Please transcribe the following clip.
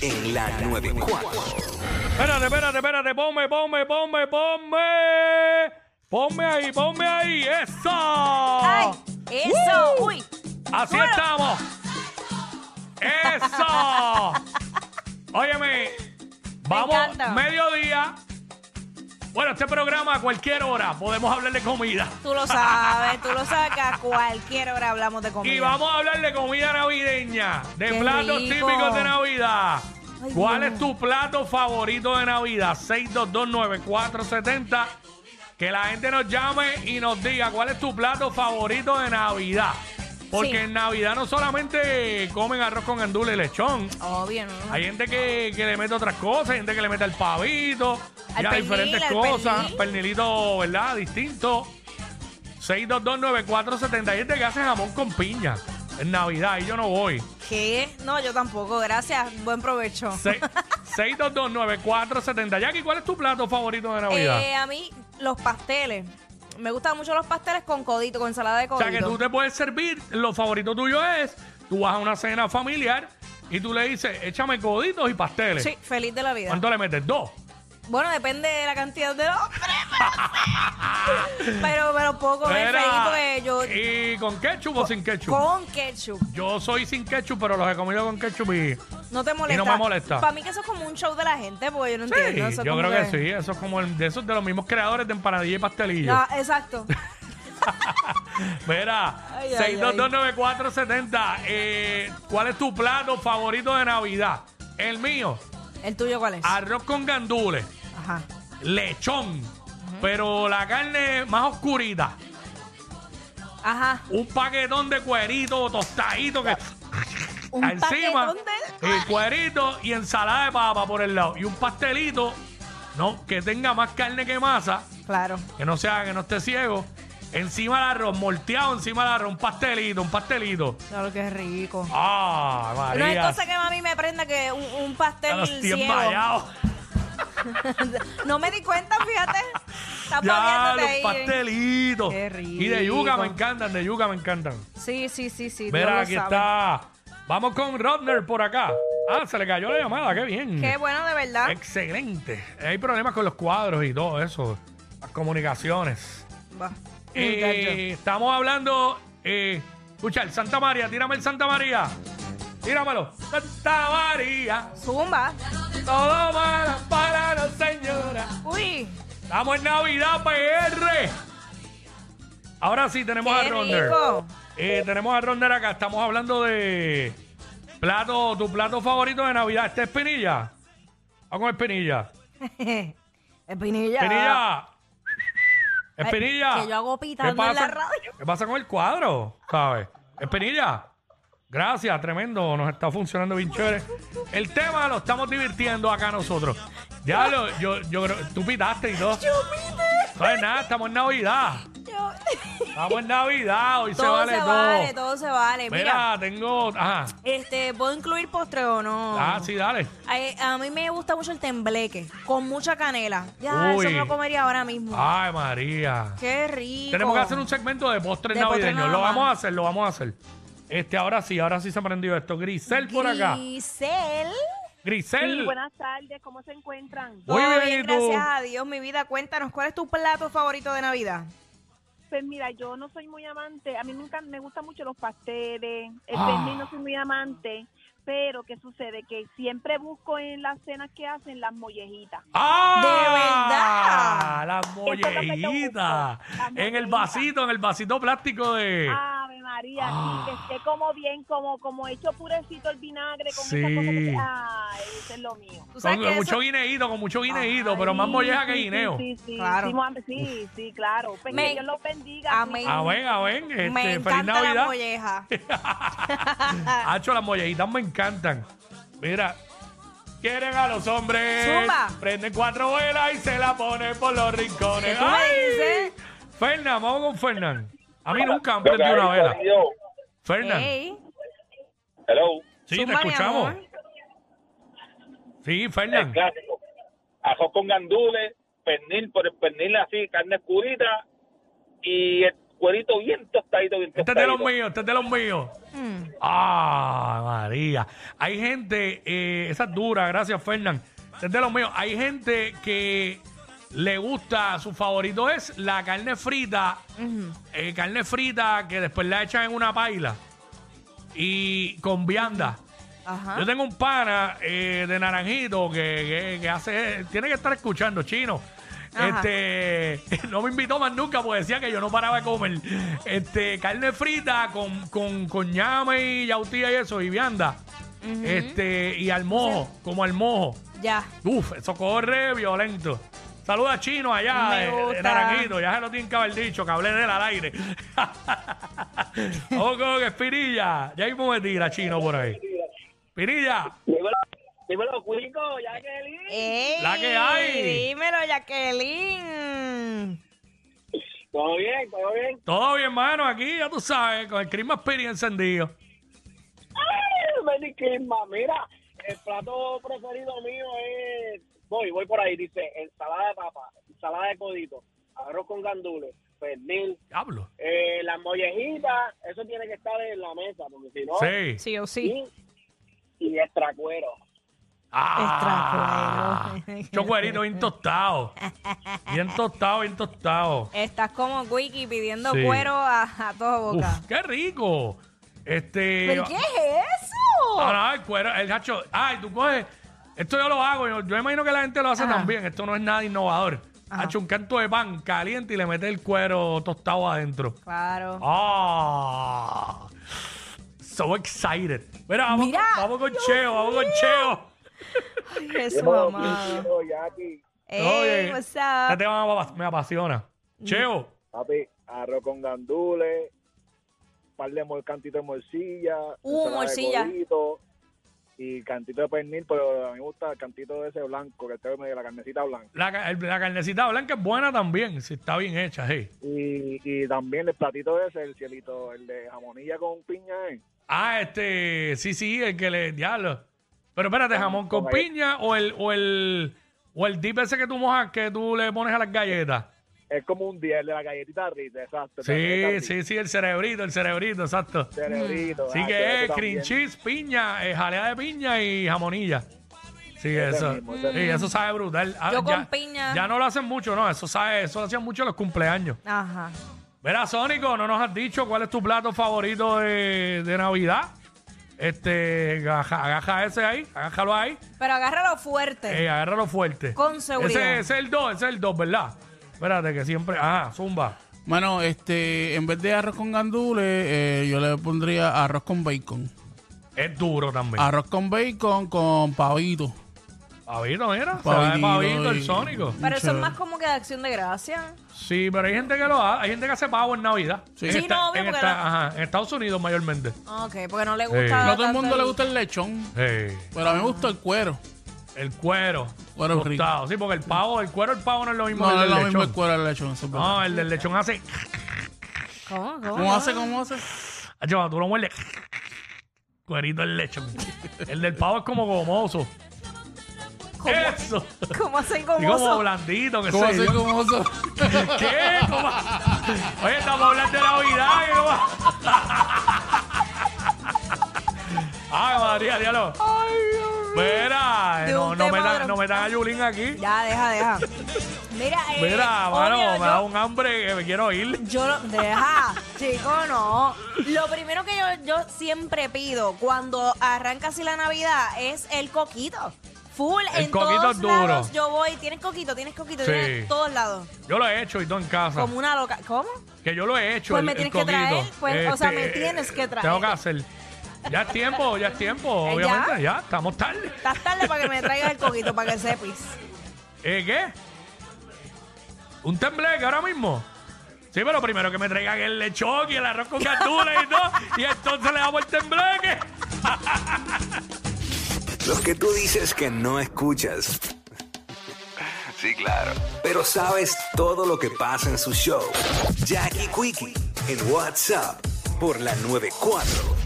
en la 94. Espérate, espérate, espérate. Ponme, ponme, ponme, ponme. Ponme ahí, ponme ahí. ¡Eso! ¡Ay! Oh. ¡Eso! ¡Uy! Así Bueno. estamos. ¡Eso! Óyeme, vamos encanta. mediodía. Bueno, este programa a cualquier hora podemos hablar de comida. Tú lo sabes, tú lo sabes que a cualquier hora hablamos de comida. Y vamos a hablar de comida navideña, de Qué platos rico. típicos de Navidad. Ay, ¿Cuál Dios. es tu plato favorito de Navidad? 6229470. Que la gente nos llame y nos diga cuál es tu plato favorito de Navidad. Porque Sí. en Navidad no solamente comen arroz con andula y lechón. Obvio, ¿no? Hay gente que, que le mete otras cosas, hay gente que le mete el pavito, Al ya pernil, diferentes al cosas, pernil. pernilito, ¿verdad? Distinto. 6229470 que hace jamón con piña en Navidad y yo no voy. ¿Qué? No, yo tampoco, gracias. Buen provecho. Se- 6229470. Jackie, ¿cuál es tu plato favorito de Navidad? Eh, a mí, los pasteles. Me gustan mucho los pasteles con codito, con ensalada de o codito. sea, que tú te puedes servir, lo favorito tuyo es, tú vas a una cena familiar y tú le dices, échame coditos y pasteles. Sí, feliz de la vida. ¿Cuánto le metes? Dos. Bueno, depende de la cantidad de hombre, pero sí. pero me lo puedo comer Mira, feliz porque yo... ¿Y con ketchup o sin ketchup? Con ketchup. Yo soy sin ketchup, pero los he comido con ketchup y... No te molesta. Y no me molesta. Para mí que eso es como un show de la gente, porque yo no Sí, entiendo. eso yo como creo que sí. Eso es como el- de esos de los mismos creadores de empanadilla y pastelillo. Ah, exacto. Mira, Ay, ay, 6229470. Eh, ¿Cuál es tu plato favorito de Navidad? El mío, ¿El tuyo cuál es? arroz con gandules, Ajá. lechón, pero la carne más oscurita. Ajá. Un paquetón de cuerito tostadito que... Un encima, paquetón de- el cuerito y ensalada de papa por el lado. Y un pastelito, no, que tenga más carne que masa, Claro. que no sea, que no esté ciego. Encima el arroz, molteado encima el arroz, un pastelito, un pastelito. Claro que es rico. ¡Ah, No hay María! cosa que a mí me prenda que un, un pastel Ya los estoy ciego. enmayado. no me di cuenta, fíjate. Estás Ya, babeándote los ahí. pastelitos. Qué Y de yuca rico. me encantan, de yuca me encantan. Sí, sí, sí, sí. Dios Mira, lo aquí sabe. está. Vamos con Rodner por acá. Ah, se le cayó la llamada, qué bien. Qué bueno, de verdad. Eh, Excelente. Hay problemas con los cuadros y todo eso. Las comunicaciones. Va. Muchacho. Eh, estamos hablando. Eh, escucha, el Santa María, tírame el Santa María. Tíramelo. Santa María. Zumba. Todo para, para la señora. Uy. Estamos en Navidad, PR. Ahora sí, tenemos Qué a Ronder. rico. Eh, tenemos a Ronder acá. Estamos hablando de plato, tu plato favorito de Navidad. ¿Este es Pinilla? Vamos con Espinilla. Espinilla. Espinilla. Ay, Espinilla. que yo hago pitando en la radio. ¿Qué pasa con el cuadro? ¿Sabes? Espinilla. Gracias, tremendo. Nos está funcionando bien chévere. El tema lo estamos divirtiendo acá nosotros. Ya lo, yo, yo creo, tú pitaste y todo. Yo pide. No es nada, estamos en Navidad. Yo- Estamos en Navidad, hoy se todo vale se todo. vale, todo se vale. Mira, Mira, tengo. Ajá. este, ¿puedo incluir postre o no? Ah, sí, dale. Ay, A, mí me gusta mucho el tembleque, con mucha canela. Ya, Uy. eso me lo comería ahora mismo. Ay, María. Qué rico. Tenemos que hacer un segmento de postres De postres navideños. nada Lo más. vamos a hacer, lo vamos a hacer. Este, ahora sí, ahora sí se ha prendido esto. Grisel por acá. Giselle. Grisel. Sí, buenas tardes, ¿cómo se encuentran? Muy Todo bien, ¿y tú? gracias a Dios, mi vida. Cuéntanos, ¿cuál es tu plato favorito de Navidad? Pues mira, yo no soy muy amante, a mí nunca me gustan mucho los pasteles, el Ah. pernil no soy muy amante, pero ¿qué sucede? Que siempre busco en las cenas que hacen las mollejitas. ¡Ah! De verdad. Las Esto también te ¡Ah! mollejitas. gusta. Las En el mollejitas. vasito, en el vasito plástico de. Ave María, Ah. sí, que esté como bien, como como hecho purecito el vinagre con Sí. esa cosa que... Ay, eso es lo mío. ¿Tú sabes Con que mucho eso- guineíto, con mucho guineíto, Ay, pero más molleja que sí, sí, guineo. Sí, sí, Claro. sí, mam- sí, sí, claro. Pues Me- que Dios los bendiga. Amén. A ver, a ver. Este, me feliz encanta Navidad. la molleja. Hacho, las mollejitas me encantan. Mira, quieren a los hombres. Zumba. Prenden cuatro velas y se la ponen por los rincones. ¿Qué tú me ¡Ay! dices? Fernan, vamos con Fernan. A mí nunca han prendido una vela. Fernan, Ey, Hello, sí, zumba, te mi escuchamos. amor. Sí, el Fernan. clásico. Ajo con gandules, pernil, por el pernil así, carne oscurita y el cuerito bien tostadito, bien Este es de tostadito. los míos, este es de los míos. Mm. Ah, María. Hay gente, eh, esa es dura, gracias Fernán. Este es de los míos. Hay gente que le gusta, su favorito es la carne frita, eh, carne frita que después la echan en una paila y con vianda. Ajá. Yo tengo un pana eh, de naranjito que, que- que hace, tiene que estar escuchando chino. Ajá. Este, no me invitó más nunca porque decía que yo no paraba de comer. Este, carne frita con, con, con ñame y yautía y eso, y vianda. Este, y al mojo, como al mojo. Ya. Uf, eso corre violento. Saluda a Chino allá, Me de- de, gusta. Naranjito. Ya se lo tienen que haber dicho, que hablé de él al aire. Vamos con Espirilla. Ya mismo me tira Chino por ahí. Pirilla, Dímelo, dímelo, cuico, Jacqueline. Ey, La que hay. Dímelo, Jacqueline. Todo bien, todo bien. todo bien, hermano, aquí, ya tú sabes, con el Christmas Spirit encendido. Ay, Merry Christmas. Mira, el plato preferido mío es. Voy, voy por ahí. Dice ensalada de papa, ensalada de codito, arroz con gandules, pernil, Diablo. eh, las mollejitas. Eso tiene que estar en la mesa, porque si no. Sí. Sí o sí. Y, y extra cuero. Ah, Es tracuero. chocuerito bien tostado. Bien tostado, bien tostado. Estás como Wiki pidiendo Sí. cuero a, a toda boca. Uf, qué rico. Este. ¿Pero qué es eso? No, no, el cuero, el gacho. Ay, tú coges. Esto yo lo hago. Yo, yo imagino que la gente lo hace Ajá. también. Esto no es nada innovador. Ajá. Hacho un canto de pan caliente y le mete el cuero tostado adentro. Claro. ¡Ah! So excited. Mira, vamos, Mira, vamos con Cheo, vamos con Cheo. Ay, Jesús Dímelo, amado. Cuico, Jackie. Ey, what's Este up? tema me apa- me apasiona. Cheo, Papi, arroz con gandules, par de mol, cantito de morcilla, Uh, ensalada de morcilla. codito y cantito de pernil, pero a mí me gusta el cantito de ese blanco, que está medio la carnecita blanca. la, ca- el- la carnecita blanca es buena también, si está bien hecha, sí. Y, y también el platito ese, el cielito, el de jamonilla con piña. ¿eh? Ah, este, sí, sí, el que le diablo. Pero espérate, jamón con Con galleta. piña o el o el o el dip ese que tú mojas que tú le pones a las galletas. Es como un 10 de la galletita Rita, exacto. Sí, sí, sí, el cerebrito, el cerebrito, exacto. Cerebrito. Sí ah, que es eso cream también. cheese, piña, eh, jalea de piña y jamonilla. Sí, eso. mismo, ese sí, eso sabe brutal. Ah, Yo con piña. Ya no lo hacen mucho, no, eso sabe, eso lo hacían mucho en los cumpleaños. Ajá. Verá, Sónico, no nos has dicho cuál es tu plato favorito de, de Navidad. Este, agaja, agaja ese ahí, agájalo ahí, Pero agárralo fuerte. eh, agárralo fuerte. Con seguridad. Ese, ese es el 2, ese es el 2, ¿verdad? Espérate, que siempre. Ajá, zumba. Mano, este, en vez de arroz con gandules, eh, yo le pondría arroz con bacon. Es duro también. Arroz con bacon con pavito. Pavito, mira. se va de Pavito pavito el y- Sónico. Pero eso es Chévere. más como que de acción de gracia. Sí, pero hay gente que lo hace. Hay gente que hace pavo en Navidad. Sí. En Sí, esta- no, obvio, en, porque esta- no- ajá, en Estados Unidos mayormente. Ok, porque no le Sí. gusta. No a todo el tanto mundo le gusta el lechón, Sí. pero a mí me gusta el cuero. El cuero. Cuero rico. tostado. Sí, porque el pavo, el cuero, el pavo no es lo mismo No, que no es el lo del mismo el lechón. cuero al lechón. eso es verdad. No, el del lechón hace. ¿Cómo? ¿Cómo? ¿Cómo hace? ¿Cómo hace? Ah, chaval, tú lo muerdes. Cuerito el lechón. el del pavo es como gomoso. ¿Cómo? Eso. ¿Cómo hacen Y como como oso? blandito, que ¿Cómo sé hace? yo. ¿Cómo hace? ¿Qué? ¿Cómo? Oye, estamos hablando de Navidad. ¿qué cómo? Ay, María, diablo. Mira, eh, De no, un no, tema me de- dan, no me dan a Yulín aquí. Ya, deja, deja. Mira, eh, Mira, obvio, mano, me da yo- un hambre que me quiero ir. Yo lo, deja, chico, no. Lo primero que yo, yo siempre pido cuando arranca así la Navidad es el coquito. Full El en coquito todos es duro. lados yo voy. Tienes coquito, tienes coquito, Sí. Ah. tienes en todos lados. Yo lo he hecho y todo en casa. Como una loca. ¿Cómo? Que yo lo he hecho. Pues el- me el tienes que traer, coquito. pues, o sea, me tienes que traer. Tengo que hacer. Ya es tiempo, ya es tiempo, ¿Ya? obviamente. ¿Ya? estamos tarde. Estás tarde para que me traigas el coquito, para que sepis. ¿Eh, ¿Qué? ¿Un tembleque ahora mismo? Sí, pero primero que me traigan el lechón y el arroz con gandules y todo. Y entonces le damos el tembleque. Los que tú dices que no escuchas. Sí, claro. Pero sabes todo lo que pasa en su show. Jackie Quickie en WhatsApp por la 94.